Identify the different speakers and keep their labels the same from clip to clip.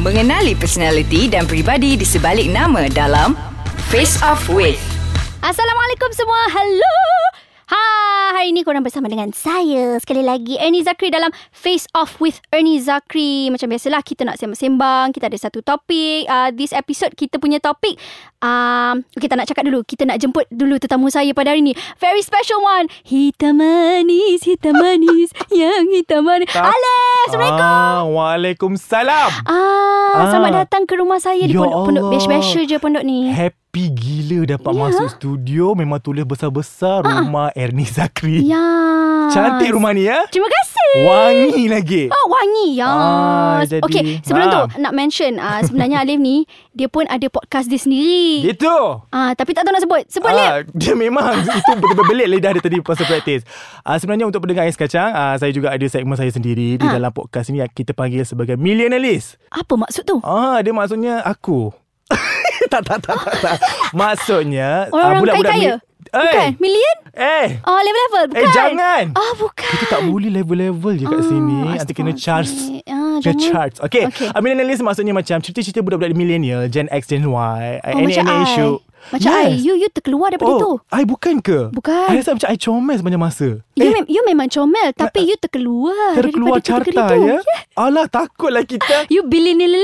Speaker 1: Mengenali personaliti dan peribadi di sebalik nama dalam Face Off With.
Speaker 2: Assalamualaikum semua. Hello. Ha, hari ni korang bersama dengan saya sekali lagi Ernie Zakri dalam Face Off with Ernie Zakri. Macam biasalah kita nak sembang-sembang, kita ada satu topik. Uh, this episode kita punya topik um okay tak nak cakap dulu. Kita nak jemput dulu tetamu saya pada hari ni. Very special one. Hitam manis, hitam manis, yang hitam manis.
Speaker 3: Tak-
Speaker 2: Alex, Assalamualaikum.
Speaker 3: Ah, Waalaikumsalam.
Speaker 2: Ah,
Speaker 3: Ah.
Speaker 2: selamat datang ke rumah saya di
Speaker 3: Ya
Speaker 2: pondok-pondok
Speaker 3: Allah.
Speaker 2: biasa-biasa je pondok ni.
Speaker 3: Happy gila dapat
Speaker 2: Ya.
Speaker 3: masuk studio. Memang tulis besar-besar
Speaker 2: Ah.
Speaker 3: rumah Ernie Zakri.
Speaker 2: Ya.
Speaker 3: Cantik rumah ni ya.
Speaker 2: Terima kasih.
Speaker 3: Wangi lagi.
Speaker 2: Oh wangi ya.
Speaker 3: Ah,
Speaker 2: Ah,
Speaker 3: jadi-
Speaker 2: okay, sebelum
Speaker 3: Ah.
Speaker 2: tu nak mention ah, sebenarnya Alif ni dia pun ada podcast dia sendiri.
Speaker 3: Gitu.
Speaker 2: Ah, tapi tak tahu nak sebut. Sebut Alif.
Speaker 3: Ah, dia memang itu betul-betul belit lidah dia tadi pasal praktis. Ah, sebenarnya untuk pendengar Ais Kacang, ah, saya juga ada segmen saya sendiri di
Speaker 2: Ah.
Speaker 3: dalam podcast ni yang kita panggil sebagai Millionaires.
Speaker 2: Apa maksud tu?
Speaker 3: Ah, dia maksudnya aku. tak, tak, tak, tak, tak. Maksudnya ah,
Speaker 2: Orang-orang
Speaker 3: budak-budak
Speaker 2: kaya-kaya?
Speaker 3: Mi- eh,
Speaker 2: Bukan million?
Speaker 3: Eh,
Speaker 2: Oh, level-level bukan.
Speaker 3: eh jangan.
Speaker 2: Ah, bukan.
Speaker 3: Kita tak boleh level-level je kat
Speaker 2: Ah,
Speaker 3: sini. Nanti kena charge.
Speaker 2: astaghfirullahalazim. Ah,
Speaker 3: Kena
Speaker 2: jangan.
Speaker 3: charge. Okay.
Speaker 2: Okay.
Speaker 3: okay. Uh, millennials maksudnya macam cerita-cerita budak-budak millennial, Gen X, Gen Y,
Speaker 2: Oh,
Speaker 3: any,
Speaker 2: macam
Speaker 3: any
Speaker 2: I.
Speaker 3: issue.
Speaker 2: Macam I. You, you terkeluar daripada tu.
Speaker 3: oh, I bukan ke?
Speaker 2: Bukan.
Speaker 3: I rasa macam I comel sepanjang masa. Eh,
Speaker 2: You, mem- you memang comel tapi you terkeluar
Speaker 3: terkeluar
Speaker 2: daripada
Speaker 3: carta
Speaker 2: kategori tu. Ya.
Speaker 3: ya. Oh. Alah, takutlah kita.
Speaker 2: You billionaire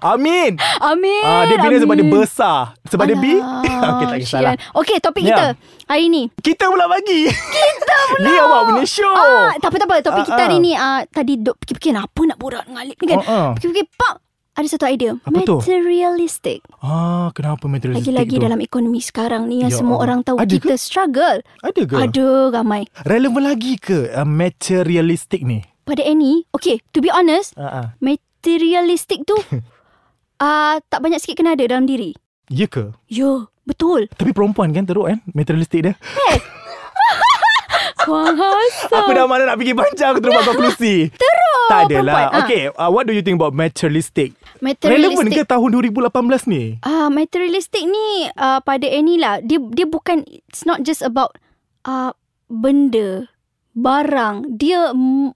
Speaker 3: Amin.
Speaker 2: Amin.
Speaker 3: Ah, dia bila
Speaker 2: amin.
Speaker 3: sebab dia besar. Sebab dia B.
Speaker 2: Alah,
Speaker 3: Okey, tak kisahlah.
Speaker 2: kesian. Okey, topik
Speaker 3: Ya.
Speaker 2: kita hari ni.
Speaker 3: Kita pula bagi. Kita pula. Ni awak punya show.
Speaker 2: Ah, tak apa tak apa. Topik
Speaker 3: Ah,
Speaker 2: kita hari
Speaker 3: ah.
Speaker 2: ni ah, tadi duk fikir-fikir apa nak borak dengan Alip ni kan.
Speaker 3: Ah, ah.
Speaker 2: Fikir-fikir pak ada satu idea.
Speaker 3: Apa tu?
Speaker 2: Materialistic.
Speaker 3: Ah, kenapa materialistik
Speaker 2: Lagi-lagi
Speaker 3: tu?
Speaker 2: dalam ekonomi sekarang ni yang
Speaker 3: Ya
Speaker 2: semua
Speaker 3: Allah.
Speaker 2: orang tahu
Speaker 3: Ada
Speaker 2: kita struggle.
Speaker 3: Ada ke?
Speaker 2: Ada ramai.
Speaker 3: Relevan lagi ke uh, materialistik ni?
Speaker 2: Pada Annie, okay, to be honest,
Speaker 3: Ah, ah.
Speaker 2: materialistic tu ah tak banyak sikit kena ada dalam diri.
Speaker 3: Ya ke?
Speaker 2: Yo, betul.
Speaker 3: Tapi perempuan kan teruk kan materialistik dia.
Speaker 2: Wah,
Speaker 3: Aku
Speaker 2: Hassan.
Speaker 3: dah mana nak fikir panjang aku terus buat konklusi. Teruk. Tak
Speaker 2: perempuan.
Speaker 3: adalah.
Speaker 2: Ah.
Speaker 3: Okay, uh, what do you think about materialistic? Relevan
Speaker 2: Materialistic.
Speaker 3: ke tahun 2018 ni?
Speaker 2: Ah, materialistic ni uh, pada Annie lah. Dia dia bukan it's not just about uh, benda, barang. Dia mm,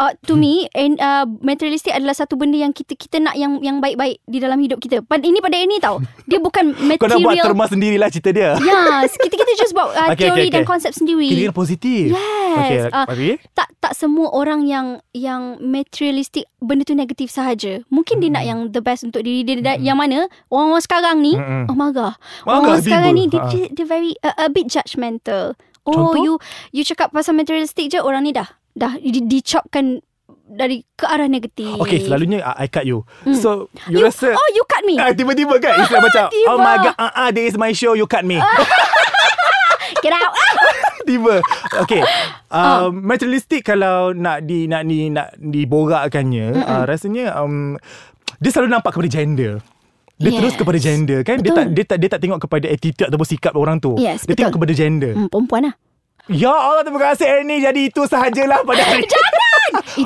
Speaker 2: uh, to me
Speaker 3: Hmm.
Speaker 2: and uh, materialistic adalah satu benda yang kita kita nak yang yang baik-baik di dalam hidup kita. Pada ini pada Annie tau. Dia bukan
Speaker 3: Kau nak buat
Speaker 2: material.
Speaker 3: terma sendirilah cerita dia.
Speaker 2: Yes, kita kita just buat uh,
Speaker 3: Okay,
Speaker 2: teori
Speaker 3: okay,
Speaker 2: dan
Speaker 3: okay.
Speaker 2: konsep sendiri.
Speaker 3: Kira positif.
Speaker 2: Yes.
Speaker 3: Okay,
Speaker 2: Ah,
Speaker 3: okay.
Speaker 2: tak tak semua orang yang yang materialistik benda tu negatif sahaja. Mungkin dia
Speaker 3: Hmm.
Speaker 2: nak yang the best untuk diri dia mm. yang mana orang-orang sekarang ni
Speaker 3: Mm-mm.
Speaker 2: oh marah.
Speaker 3: Marah
Speaker 2: Orang-orang sekarang
Speaker 3: tiba.
Speaker 2: ni dia,
Speaker 3: Hmm. Ha.
Speaker 2: dia, dia very uh, a bit judgmental. Oh
Speaker 3: Contoh?
Speaker 2: you you cakap pasal materialistik je orang ni dah dah di, dicopkan dari ke arah negatif.
Speaker 3: Okay, selalunya uh, I, I cut you. So,
Speaker 2: Hmm. you,
Speaker 3: you, rasa...
Speaker 2: Oh you cut me.
Speaker 3: Ah, tiba-tiba kan It's like macam
Speaker 2: Tiba.
Speaker 3: Oh my god uh, uh, This is my show You cut me
Speaker 2: Get out. Ah!
Speaker 3: Tiba Okay um, Materialistik kalau Nak di Nak ni Nak diborakkannya uh, Rasanya um, Dia selalu nampak kepada gender dia
Speaker 2: Yes.
Speaker 3: yes. terus kepada gender kan
Speaker 2: Betul.
Speaker 3: dia tak dia tak dia tak tengok kepada attitude ataupun sikap orang tu
Speaker 2: Yes,
Speaker 3: dia
Speaker 2: betul.
Speaker 3: tengok kepada gender
Speaker 2: Hmm, perempuan lah.
Speaker 3: ya Allah terima kasih Ernie jadi itu sahajalah pada hari jangan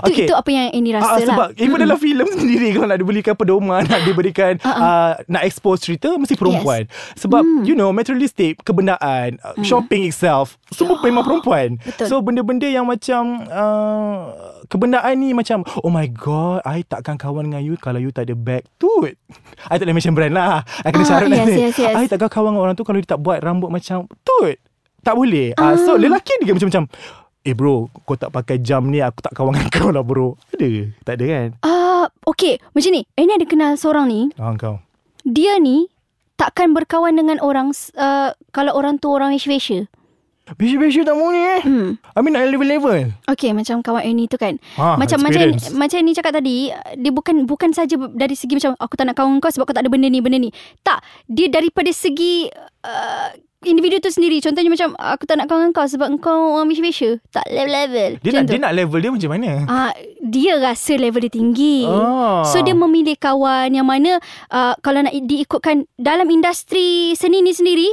Speaker 2: Itu itu apa yang Annie rasa
Speaker 3: Ah,
Speaker 2: lah.
Speaker 3: sebab even dalam filem sendiri kalau nak diberikan pedoman, nak diberikan uh-uh. uh, nak expose cerita mesti perempuan. Sebab you know materialistic, kebendaan, uh, shopping itself semua memang perempuan.
Speaker 2: Betul.
Speaker 3: So benda-benda yang macam uh, kebendaan ni macam oh my god, I takkan kawan dengan you kalau you tak ada bag tu. I tak boleh mention brand lah. I kena
Speaker 2: Ah,
Speaker 3: syarat
Speaker 2: yes,
Speaker 3: nanti.
Speaker 2: yes, yes.
Speaker 3: I takkan kawan dengan orang tu kalau dia tak buat rambut macam tut. Tak boleh.
Speaker 2: Ah.
Speaker 3: Uh, so lelaki dia macam-macam Eh bro Kau tak pakai jam ni Aku tak kawan dengan kau lah bro Ada ke? Tak ada kan
Speaker 2: Ah, okay, macam ni. Annie ada kenal seorang ni
Speaker 3: Ah kau
Speaker 2: dia ni takkan berkawan dengan orang uh, kalau orang tu orang Malaysia.
Speaker 3: Besok-besok tak mau ni eh
Speaker 2: Hmm.
Speaker 3: I mean nak level-level
Speaker 2: Okay, macam kawan Ernie tu kan.
Speaker 3: Ah,
Speaker 2: macam
Speaker 3: experience.
Speaker 2: macam macam ni cakap tadi, uh, dia bukan bukan saja dari segi macam aku tak nak kawan kau sebab kau tak ada benda ni, benda ni. Tak, dia daripada segi uh, individu tu sendiri. Contohnya macam aku tak nak kawan kau sebab kau orang Malaysia. Tak level-level.
Speaker 3: Dia
Speaker 2: Macam
Speaker 3: nak,
Speaker 2: tu.
Speaker 3: dia nak level dia macam mana
Speaker 2: Ah, dia rasa level dia tinggi.
Speaker 3: Ah.
Speaker 2: So dia memilih kawan yang mana uh, kalau nak diikutkan dalam industri seni ni sendiri,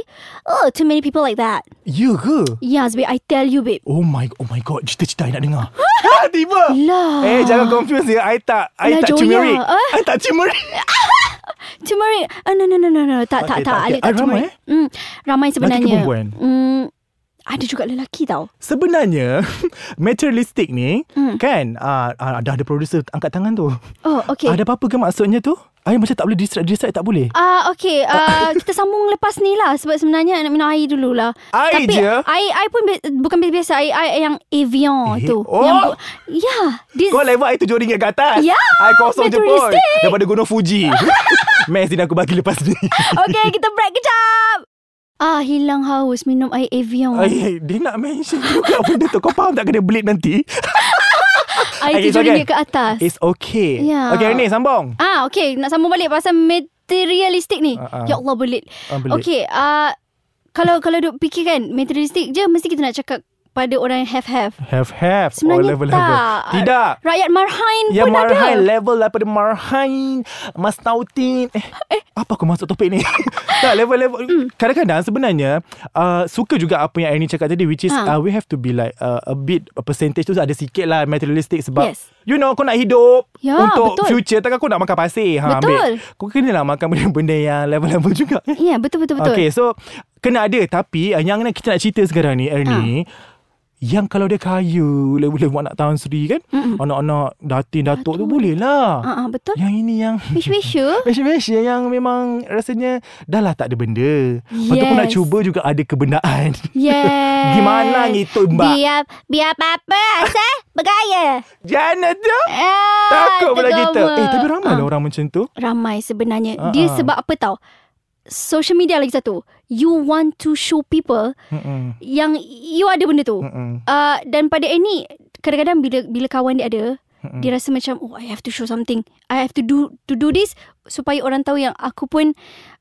Speaker 2: oh too many people like that.
Speaker 3: Ya ke?
Speaker 2: Yes, babe, I tell you babe.
Speaker 3: Oh my oh my god Cita-cita I nak dengar ha, Tiba
Speaker 2: Lah.
Speaker 3: Eh jangan confuse ya I tak I
Speaker 2: Lah,
Speaker 3: tak
Speaker 2: Joya.
Speaker 3: turmeric
Speaker 2: Ah.
Speaker 3: I tak turmeric
Speaker 2: Turmeric. Ah, no, no, no, no, no. Tak, tak,
Speaker 3: Okay,
Speaker 2: tak.
Speaker 3: tak,
Speaker 2: Alif
Speaker 3: okay.
Speaker 2: tak
Speaker 3: Ah, ramai,
Speaker 2: turmeric. Mm, ramai sebenarnya.
Speaker 3: perempuan?
Speaker 2: Mm, ada juga lelaki tau.
Speaker 3: Sebenarnya materialistic ni hmm. kan uh, uh, dah ada producer angkat tangan tu.
Speaker 2: Oh, okay.
Speaker 3: Ada apa-apa ke maksudnya tu? Air macam tak boleh distract distract tak boleh.
Speaker 2: Ah uh, okey uh, kita sambung lepas ni lah sebab sebenarnya nak minum air dululah.
Speaker 3: Air
Speaker 2: Tapi
Speaker 3: je?
Speaker 2: air air pun bi- bukan biasa air air yang Evian
Speaker 3: Eh,
Speaker 2: tu.
Speaker 3: oh.
Speaker 2: Yang bu- ya, this
Speaker 3: Kau level air tujuh ringgit ke atas
Speaker 2: Ya,
Speaker 3: Air kosong je pun
Speaker 2: materialistic.
Speaker 3: Daripada Gunung Fuji Mesin aku bagi lepas ni
Speaker 2: Okay, kita break kejap. Ah, hilang haus minum air Evian.
Speaker 3: Ay, Dia nak mention juga benda tu Kau faham tak kena belit nanti
Speaker 2: air
Speaker 3: okay, it's
Speaker 2: tujuh
Speaker 3: okay.
Speaker 2: ringgit ke atas.
Speaker 3: It's okay
Speaker 2: Ya.
Speaker 3: Okay ni sambung
Speaker 2: Ah, okay. Nak sambung balik pasal materialistik ni.
Speaker 3: Ah, ah.
Speaker 2: Ya Allah, belit.
Speaker 3: Ah, belit.
Speaker 2: Okay, ah, kalau kalau duk fikir kan, materialistik je mesti kita nak cakap pada orang yang have-have.
Speaker 3: Have have
Speaker 2: Sebenarnya
Speaker 3: or level
Speaker 2: tak.
Speaker 3: level Oh, Tidak
Speaker 2: Rakyat Marhain
Speaker 3: Ya
Speaker 2: pun
Speaker 3: Marhain
Speaker 2: ada.
Speaker 3: level daripada Marhain Mas Tautin eh, eh, Apa aku masuk topik ni Tak level-level
Speaker 2: Hmm.
Speaker 3: Kadang-kadang sebenarnya uh, Suka juga apa yang Irene cakap tadi Which is
Speaker 2: Ha.
Speaker 3: uh, We have to be like uh, A bit a Percentage tu ada sikit lah Materialistic sebab
Speaker 2: Yes.
Speaker 3: You know kau nak hidup
Speaker 2: Ya,
Speaker 3: Untuk
Speaker 2: betul.
Speaker 3: future Takkan kau nak makan pasir ha,
Speaker 2: Betul.
Speaker 3: ambil. Kau kena lah makan benda-benda yang Level-level juga
Speaker 2: Ya, betul-betul-betul.
Speaker 3: Okay so Kena ada Tapi uh, yang kita nak cerita sekarang ni Ernie
Speaker 2: Ha.
Speaker 3: Yang kalau dia kaya Boleh-boleh anak Tan Sri kan Mm-mm. Anak-anak Datin Datuk tu boleh lah
Speaker 2: Ah, ah, betul.
Speaker 3: Yang ini yang
Speaker 2: Wish-wish you.
Speaker 3: Malaysia-Malaysia yang memang rasanya Dah lah tak ada benda Lepas tu kau nak
Speaker 2: Yes. Eh.
Speaker 3: cuba juga ada kebendaan
Speaker 2: Yes.
Speaker 3: Gimana gitu, Mbak?
Speaker 2: Biar, biar apa-apa asal bergaya.
Speaker 3: Jangan tu
Speaker 2: Ah,
Speaker 3: Takut pula
Speaker 2: tergama.
Speaker 3: kita Eh tapi ramai
Speaker 2: Ah.
Speaker 3: lah orang macam tu
Speaker 2: Ramai sebenarnya.
Speaker 3: Ah,
Speaker 2: Dia
Speaker 3: ah.
Speaker 2: sebab apa tau? Social media lagi satu. You want to show people
Speaker 3: Mm-mm.
Speaker 2: yang you ada benda tu.
Speaker 3: Mm-mm.
Speaker 2: Uh, dan pada Annie, kadang-kadang bila bila kawan dia ada,
Speaker 3: Mm-mm.
Speaker 2: dia rasa macam, oh I have to show something. I have to do to do this supaya orang tahu yang aku pun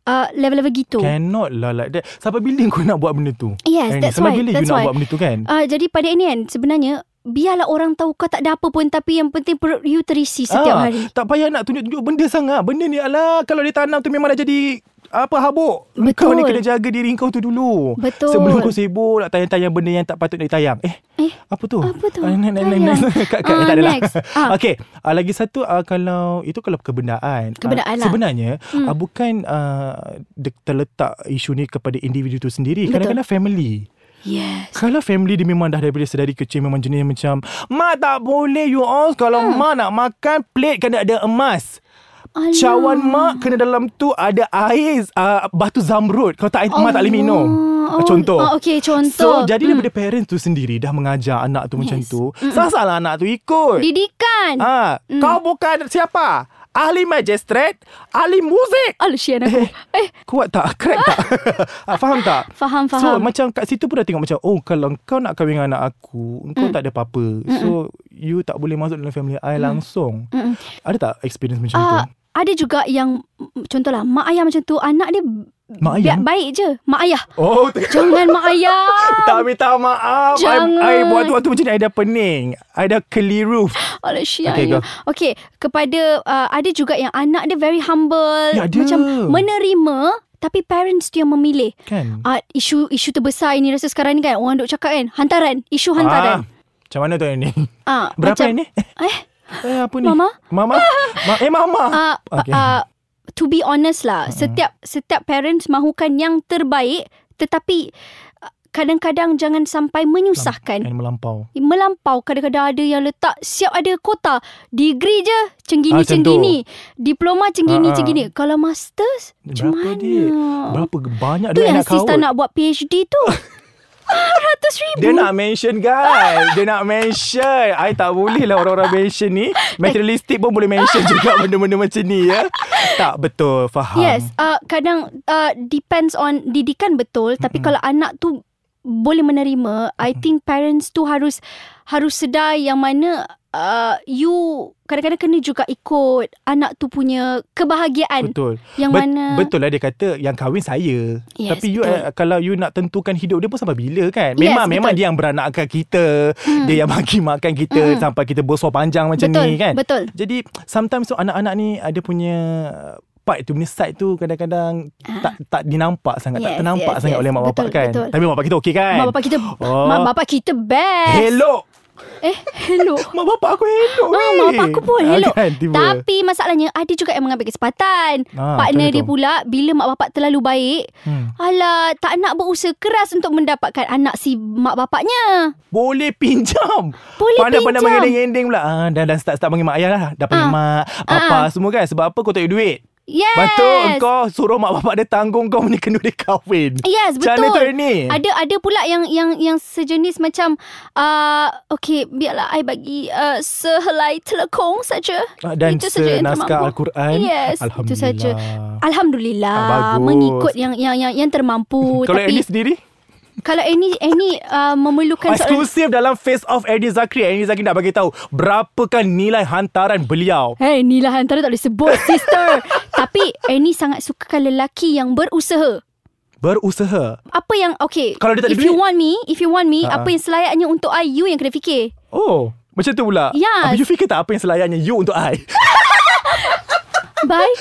Speaker 2: uh, level-level gitu.
Speaker 3: Cannot lah like that Sampai bila kau nak buat benda tu
Speaker 2: Yes,
Speaker 3: Ernie?
Speaker 2: that's
Speaker 3: Sampai
Speaker 2: why.
Speaker 3: bila
Speaker 2: That's
Speaker 3: you nak
Speaker 2: why.
Speaker 3: buat benda tu kan
Speaker 2: Uh, jadi pada ini kan sebenarnya biarlah orang tahu kau tak ada apa pun tapi yang penting perut you terisi
Speaker 3: Ah.
Speaker 2: setiap hari.
Speaker 3: Tak payah nak tunjuk-tunjuk benda sangat. Benda ni alah kalau dia tanam tu memang dah jadi apa habuk. Kau
Speaker 2: Betul.
Speaker 3: ni kena jaga diri kau tu dulu.
Speaker 2: Betul.
Speaker 3: Sebelum kau sibuk nak tayang-tayang benda yang tak patut nak tayang. Eh,
Speaker 2: Eh,
Speaker 3: apa tu?
Speaker 2: Apa tu?
Speaker 3: Ah, next, next, next,
Speaker 2: Tayang.
Speaker 3: next. Kat, kat,
Speaker 2: Ah,
Speaker 3: tak ada lah.
Speaker 2: next. Ah.
Speaker 3: Okay. Uh, lagi satu uh, kalau itu kalau kebendaan. Ah,
Speaker 2: Kebendaan lah.
Speaker 3: Sebenarnya hmm. uh, bukan uh, de- terletak isu ni kepada individu tu sendiri.
Speaker 2: Betul.
Speaker 3: Kadang-kadang family.
Speaker 2: Yes.
Speaker 3: Kalau family dia memang dah daripada sedari kecil memang jenis yang macam Mak tak boleh you all Kalau hmm. mak nak makan plate kena ada emas
Speaker 2: Alah.
Speaker 3: Cawan mak kena dalam tu ada air uh, batu zamrud. Kalau tak air mak tak boleh minum. Ah,
Speaker 2: Allah. Oh,
Speaker 3: Contoh.
Speaker 2: oh, okey, contoh. Hmm.
Speaker 3: So, jadi daripada parents tu sendiri dah mengajar anak tu yes. macam
Speaker 2: Yes.
Speaker 3: tu. Salah-salah anak tu ikut.
Speaker 2: Didikan.
Speaker 3: ha, mm. Kau bukan siapa? Ahli magistrat, ahli muzik.
Speaker 2: Alah, sian aku. Eh,
Speaker 3: Kuat tak? Crack tak? Ah, Faham tak?
Speaker 2: Faham,
Speaker 3: So
Speaker 2: faham.
Speaker 3: macam kat situ pun dah tengok macam Oh kalau kau nak kahwin dengan anak
Speaker 2: Mm.
Speaker 3: aku Kau tak ada apa-apa So you tak boleh masuk dalam family I langsung
Speaker 2: Mm-mm.
Speaker 3: Ada tak experience macam tu?
Speaker 2: ah, ada juga yang mm, contohlah mak ayah macam tu, anak dia
Speaker 3: Mak ayah?
Speaker 2: ba- baik je. Mak ayah.
Speaker 3: Oh tengok
Speaker 2: Jangan mak ayah.
Speaker 3: Tak minta maaf
Speaker 2: Jangan.
Speaker 3: I, I buat waktu macam ni I dah pening I dah keliru
Speaker 2: Alah, sian.
Speaker 3: Okay,
Speaker 2: you.
Speaker 3: go.
Speaker 2: okay, kepada uh, ada juga yang anak dia very humble,
Speaker 3: Ya, ada.
Speaker 2: macam menerima tapi parents tu yang memilih.
Speaker 3: Kan
Speaker 2: Ah, isu isu terbesar ini rasa sekarang ni kan orang duk cakap kan hantaran, isu
Speaker 3: Ah,
Speaker 2: hantaran.
Speaker 3: Macam mana tu ni?
Speaker 2: Ah,
Speaker 3: Berapa
Speaker 2: macam,
Speaker 3: ni?
Speaker 2: Eh,
Speaker 3: Eh apa ni?
Speaker 2: Mama?
Speaker 3: Mama? Ma- eh mama
Speaker 2: ah,
Speaker 3: Okay.
Speaker 2: okay. ah, to be honest
Speaker 3: Hmm.
Speaker 2: lah, setiap setiap parents mahukan yang terbaik tetapi ah, kadang-kadang jangan sampai menyusahkan.
Speaker 3: Kan melampau
Speaker 2: Melampau kadang-kadang ada yang letak siap ada kota. Degree je cenggini
Speaker 3: Ah, macam tu.
Speaker 2: cenggini. Diploma cenggini
Speaker 3: Ah, ah.
Speaker 2: cenggini. Kalau masters macam
Speaker 3: Berapa
Speaker 2: mana?
Speaker 3: dia? Berapa ge- banyak
Speaker 2: tu
Speaker 3: duit
Speaker 2: yang
Speaker 3: nak kawal
Speaker 2: sister nak buat PhD tu. Ah, Ratus ribu.
Speaker 3: Dia nak mention guys Dia nak mention I tak boleh lah orang-orang mention ni Materialistik pun boleh mention juga Benda-benda macam ni ya Tak betul Faham
Speaker 2: Yes, uh, kadang uh, depends on didikan betul, tapi kalau anak tu boleh menerima, I think parents tu harus harus sedar yang mana uh, you kadang-kadang kena juga ikut anak tu punya kebahagiaan
Speaker 3: Betul
Speaker 2: yang
Speaker 3: Bet-
Speaker 2: mana
Speaker 3: Betul lah dia kata Yang kahwin saya
Speaker 2: uh, Yes,
Speaker 3: Tapi you
Speaker 2: betul.
Speaker 3: uh, Kalau you nak tentukan hidup dia pun Sampai bila kan Memang
Speaker 2: Yes,
Speaker 3: memang
Speaker 2: betul.
Speaker 3: dia yang beranakkan kita hmm. Dia yang bagi makan kita hmm. Sampai kita besar panjang macam
Speaker 2: betul,
Speaker 3: ni kan
Speaker 2: Betul.
Speaker 3: Jadi sometimes tu anak-anak ni ada punya uh, part tu punya side tu kadang-kadang tak tak dinampak sangat tak
Speaker 2: Ah. Yes,
Speaker 3: ternampak
Speaker 2: yes,
Speaker 3: sangat
Speaker 2: yes.
Speaker 3: oleh mak bapak
Speaker 2: Betul,
Speaker 3: kan
Speaker 2: betul.
Speaker 3: tapi mak bapak kita okey kan
Speaker 2: Mak bapak kita
Speaker 3: Oh.
Speaker 2: mak bapak kita best.
Speaker 3: hello
Speaker 2: Eh, hello.
Speaker 3: Mak bapak aku hello
Speaker 2: Ah,
Speaker 3: weh.
Speaker 2: mak bapak aku pun hello.
Speaker 3: Ah, kan, tiba.
Speaker 2: Tapi masalahnya ada juga yang mengambil kesempatan.
Speaker 3: Ah,
Speaker 2: Partner
Speaker 3: betul-betul.
Speaker 2: dia pula bila mak bapak terlalu baik,
Speaker 3: Hmm.
Speaker 2: alah tak nak berusaha keras untuk mendapatkan anak si mak bapaknya.
Speaker 3: Boleh pinjam
Speaker 2: Boleh
Speaker 3: Pandai-pandai
Speaker 2: pinjam.
Speaker 3: mengendeng-endeng pula ah, Dah, dah start-start panggil mak ayah lah Dah panggil
Speaker 2: Ah.
Speaker 3: mak Papa semua kan Sebab apa kau tak ada duit
Speaker 2: Yes.
Speaker 3: Lepas tu kau suruh mak bapak dia tanggung kau punya kena dia kahwin
Speaker 2: Yes,
Speaker 3: Macam
Speaker 2: betul.
Speaker 3: mana tu ni
Speaker 2: Ada ada pula yang yang yang sejenis macam uh, okay, biarlah I bagi uh, sehelai telekong saja.
Speaker 3: Ah, Dan
Speaker 2: Itu saja yang
Speaker 3: naskah
Speaker 2: termampu.
Speaker 3: Al-Quran
Speaker 2: Yes, itu saja.
Speaker 3: Alhamdulillah.
Speaker 2: Alhamdulillah
Speaker 3: Ah, bagus.
Speaker 2: mengikut yang yang yang yang termampu
Speaker 3: Kalau
Speaker 2: tapi
Speaker 3: Annie sendiri
Speaker 2: kalau Annie Annie uh, memerlukan
Speaker 3: Ah,
Speaker 2: soalan
Speaker 3: Eksklusif dalam Face Off Annie Zakri Annie Zakri nak bagi tahu Berapakah nilai hantaran beliau
Speaker 2: Hey, ni lah antara tak boleh sebut sister. Tapi Annie sangat sukakan lelaki yang berusaha.
Speaker 3: Berusaha
Speaker 2: Apa yang okay
Speaker 3: Kalau dia tak ada
Speaker 2: If you
Speaker 3: duit. Ha.
Speaker 2: want me If you want me
Speaker 3: Ha-ha.
Speaker 2: Apa yang selayaknya untuk I You yang kena fikir
Speaker 3: Oh Macam tu pula
Speaker 2: Yes.
Speaker 3: Habis you fikir tak apa yang selayaknya You untuk I
Speaker 2: Bye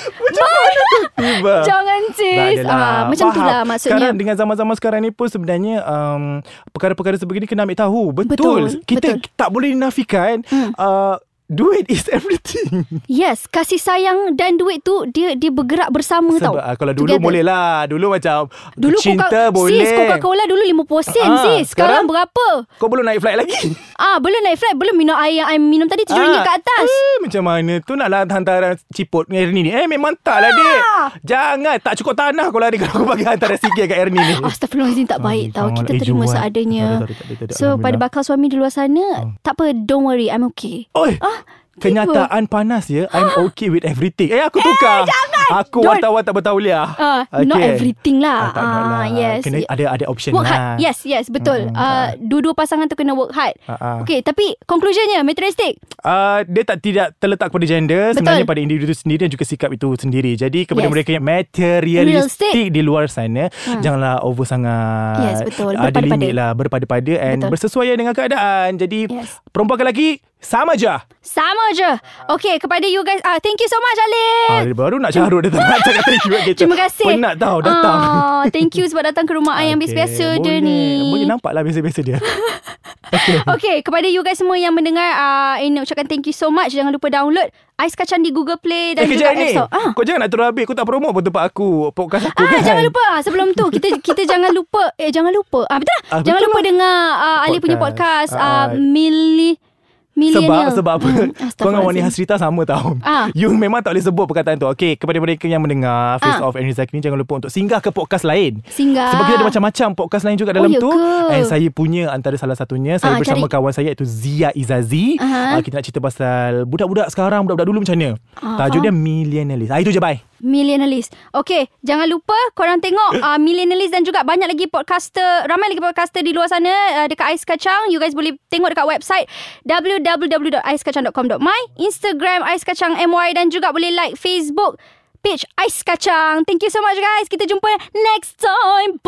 Speaker 3: Tiba
Speaker 2: Jangan sis ah, Macam tu lah maksudnya
Speaker 3: Sekarang dengan zaman-zaman sekarang ni pun sebenarnya um, perkara-perkara sebegini kena ambil tahu. Betul.
Speaker 2: Betul,
Speaker 3: Kita
Speaker 2: betul.
Speaker 3: tak boleh nafikan hmm. uh, duit is everything.
Speaker 2: Yes, kasih sayang dan duit tu dia dia bergerak bersama
Speaker 3: Sebab
Speaker 2: tau.
Speaker 3: uh, kalau dulu boleh lah. Dulu macam
Speaker 2: Dulu
Speaker 3: cinta
Speaker 2: Coca-
Speaker 3: boleh.
Speaker 2: Sis, Coca-Cola dulu 50 sen
Speaker 3: Ah,
Speaker 2: sis. Sekarang,
Speaker 3: sekarang?
Speaker 2: berapa?
Speaker 3: Kau belum naik flight lagi.
Speaker 2: Ah, belum naik flight, belum minum air yang I minum tadi 7 ringgit
Speaker 3: Ah,
Speaker 2: ke atas.
Speaker 3: Eh, macam mana tu nak lah hantaran ciput dengan Ernie ni. Eh memang tak lah dik.
Speaker 2: Ah.
Speaker 3: Jangan. Tak cukup tanah kau lari kalau aku bagi hantaran sikit kat Ernie ni.
Speaker 2: Astaghfirullahalazim tak baik
Speaker 3: Sorry,
Speaker 2: tau
Speaker 3: sorry.
Speaker 2: Kita
Speaker 3: Eh,
Speaker 2: terima
Speaker 3: jual.
Speaker 2: seadanya
Speaker 3: Tak ada, tak ada, tak ada,
Speaker 2: So pada
Speaker 3: Alhamdulillah.
Speaker 2: bakal suami di luar sana Tak apa don't worry I'm okay
Speaker 3: Oi.
Speaker 2: Ah, tiba.
Speaker 3: Kenyataan panas ya I'm okay with everything Eh aku tukar eh, Aku
Speaker 2: Don't.
Speaker 3: wartawan tak bertauliah
Speaker 2: Ah, not everything lah.
Speaker 3: tak nak
Speaker 2: Ah,
Speaker 3: lah.
Speaker 2: yes.
Speaker 3: Kena
Speaker 2: Yeah.
Speaker 3: ada ada option
Speaker 2: Work
Speaker 3: lah
Speaker 2: hard Yes yes betul
Speaker 3: Mm,
Speaker 2: uh, Dua-dua pasangan tu kena work hard
Speaker 3: Ah, ah.
Speaker 2: Okay tapi Conclusionnya materialistic
Speaker 3: uh, Dia tak tidak terletak pada gender
Speaker 2: Betul.
Speaker 3: Sebenarnya pada individu itu sendiri Dan juga sikap itu sendiri Jadi kepada
Speaker 2: Yes.
Speaker 3: mereka yang materialistik
Speaker 2: Realistic.
Speaker 3: Di luar sana Janganlah over sangat
Speaker 2: Yes, betul.
Speaker 3: Ada
Speaker 2: Berpada-pada.
Speaker 3: limit lah Berpada-pada And
Speaker 2: Betul.
Speaker 3: bersesuaian dengan keadaan Jadi
Speaker 2: Yes.
Speaker 3: perempuan ke lelaki Sama je Ah,
Speaker 2: Sama je Okay kepada you guys uh, Thank you so much
Speaker 3: Ah,
Speaker 2: Alif
Speaker 3: dia baru nak carut Dia tak nak cakap thank you kat kita
Speaker 2: Eh. Terima kasih
Speaker 3: Ah, Penat tau datang
Speaker 2: Ah, Thank you sebab datang ke rumah I Yang
Speaker 3: Okey,
Speaker 2: biasa-biasa je
Speaker 3: boleh.
Speaker 2: ni
Speaker 3: Boleh nampak lah biasa-biasa dia
Speaker 2: Okay, kepada you guys semua yang mendengar, uh, Aina ucapkan thank you so much. Jangan lupa download Ais Kacang di Google Play dan
Speaker 3: Eh
Speaker 2: juga
Speaker 3: kejap
Speaker 2: App
Speaker 3: ni
Speaker 2: Store. Ah.
Speaker 3: Kau jangan nak terus habis Kau tak promote pun tempat aku Podcast aku
Speaker 2: Ah,
Speaker 3: kan
Speaker 2: jangan lupa ah, sebelum tu kita kita jangan lupa eh jangan lupa ah betul lah
Speaker 3: Ah, betul
Speaker 2: jangan lupa
Speaker 3: lah.
Speaker 2: dengar uh, Ali punya podcast
Speaker 3: Podcast.
Speaker 2: ah,
Speaker 3: Ah.
Speaker 2: mili
Speaker 3: sebab
Speaker 2: millenial
Speaker 3: sebab apa Kau dengan Wani
Speaker 2: Astaghfirullahalazim.
Speaker 3: Hasrita sama tau
Speaker 2: Hmm. Ah.
Speaker 3: You memang tak boleh sebut perkataan tu Okay Kepada mereka yang mendengar Face
Speaker 2: Ah.
Speaker 3: Off Henry Zakri Jangan lupa untuk singgah ke podcast lain
Speaker 2: Singgah.
Speaker 3: Sebab kita ada macam-macam podcast lain juga dalam
Speaker 2: Ah. ya
Speaker 3: tu
Speaker 2: ke?
Speaker 3: And saya punya antara salah satunya
Speaker 2: Ah,
Speaker 3: Saya bersama
Speaker 2: cari.
Speaker 3: kawan saya iaitu Zia Izazi
Speaker 2: Aha.
Speaker 3: Ah, Kita nak cerita pasal Budak-budak sekarang Budak-budak dulu macam mana
Speaker 2: Ah,
Speaker 3: Tajuk dia Millionaires ah, Itu je bye
Speaker 2: Millenialist. Okay, jangan lupa korang tengok uh, Millenialist dan juga banyak lagi podcaster, ramai lagi podcaster di luar sana uh, dekat Ais Kacang. You guys boleh tengok dekat website www.aiskacang.com.my, Instagram Ais Kacang MY dan juga boleh like Facebook page Ais Kacang. Thank you so much guys. Kita jumpa next time.